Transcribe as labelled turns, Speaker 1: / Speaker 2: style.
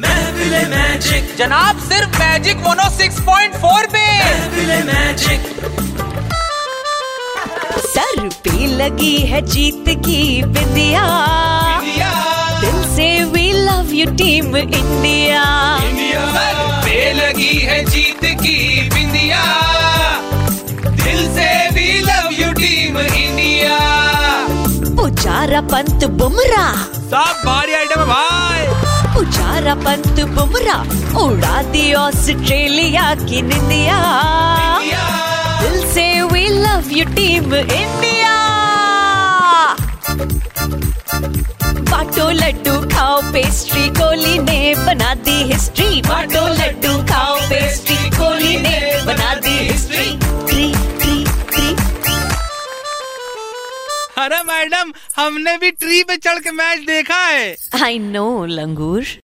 Speaker 1: महफिले magic
Speaker 2: जनाब सिर्फ magic mono 6.4 पे
Speaker 1: महफिले मैजिक
Speaker 3: सर पे लगी है जीत की बिंदिया दिल से we love you team India
Speaker 2: सर पे लगी है जीत की बिंदिया दिल से भी love you team India
Speaker 3: Pujara Pant Bumrah
Speaker 2: सब भारी आइटम है भाई
Speaker 3: पुजारा पंत बुमराह उड़ा दी ऑस्ट्रेलिया की निंदिया दिल से we love you team India बाटो लड्डू खाओ पेस्ट्री कोहली ने बना दी हिस्ट्री बाटो लड्डू खाओ पेस्ट्री कोहली ने बना दी हिस्ट्री ट्री ट्री ट्री
Speaker 2: अरे मैडम हमने भी ट्री पे चढ़ के मैच देखा है
Speaker 3: आई नो लंगूर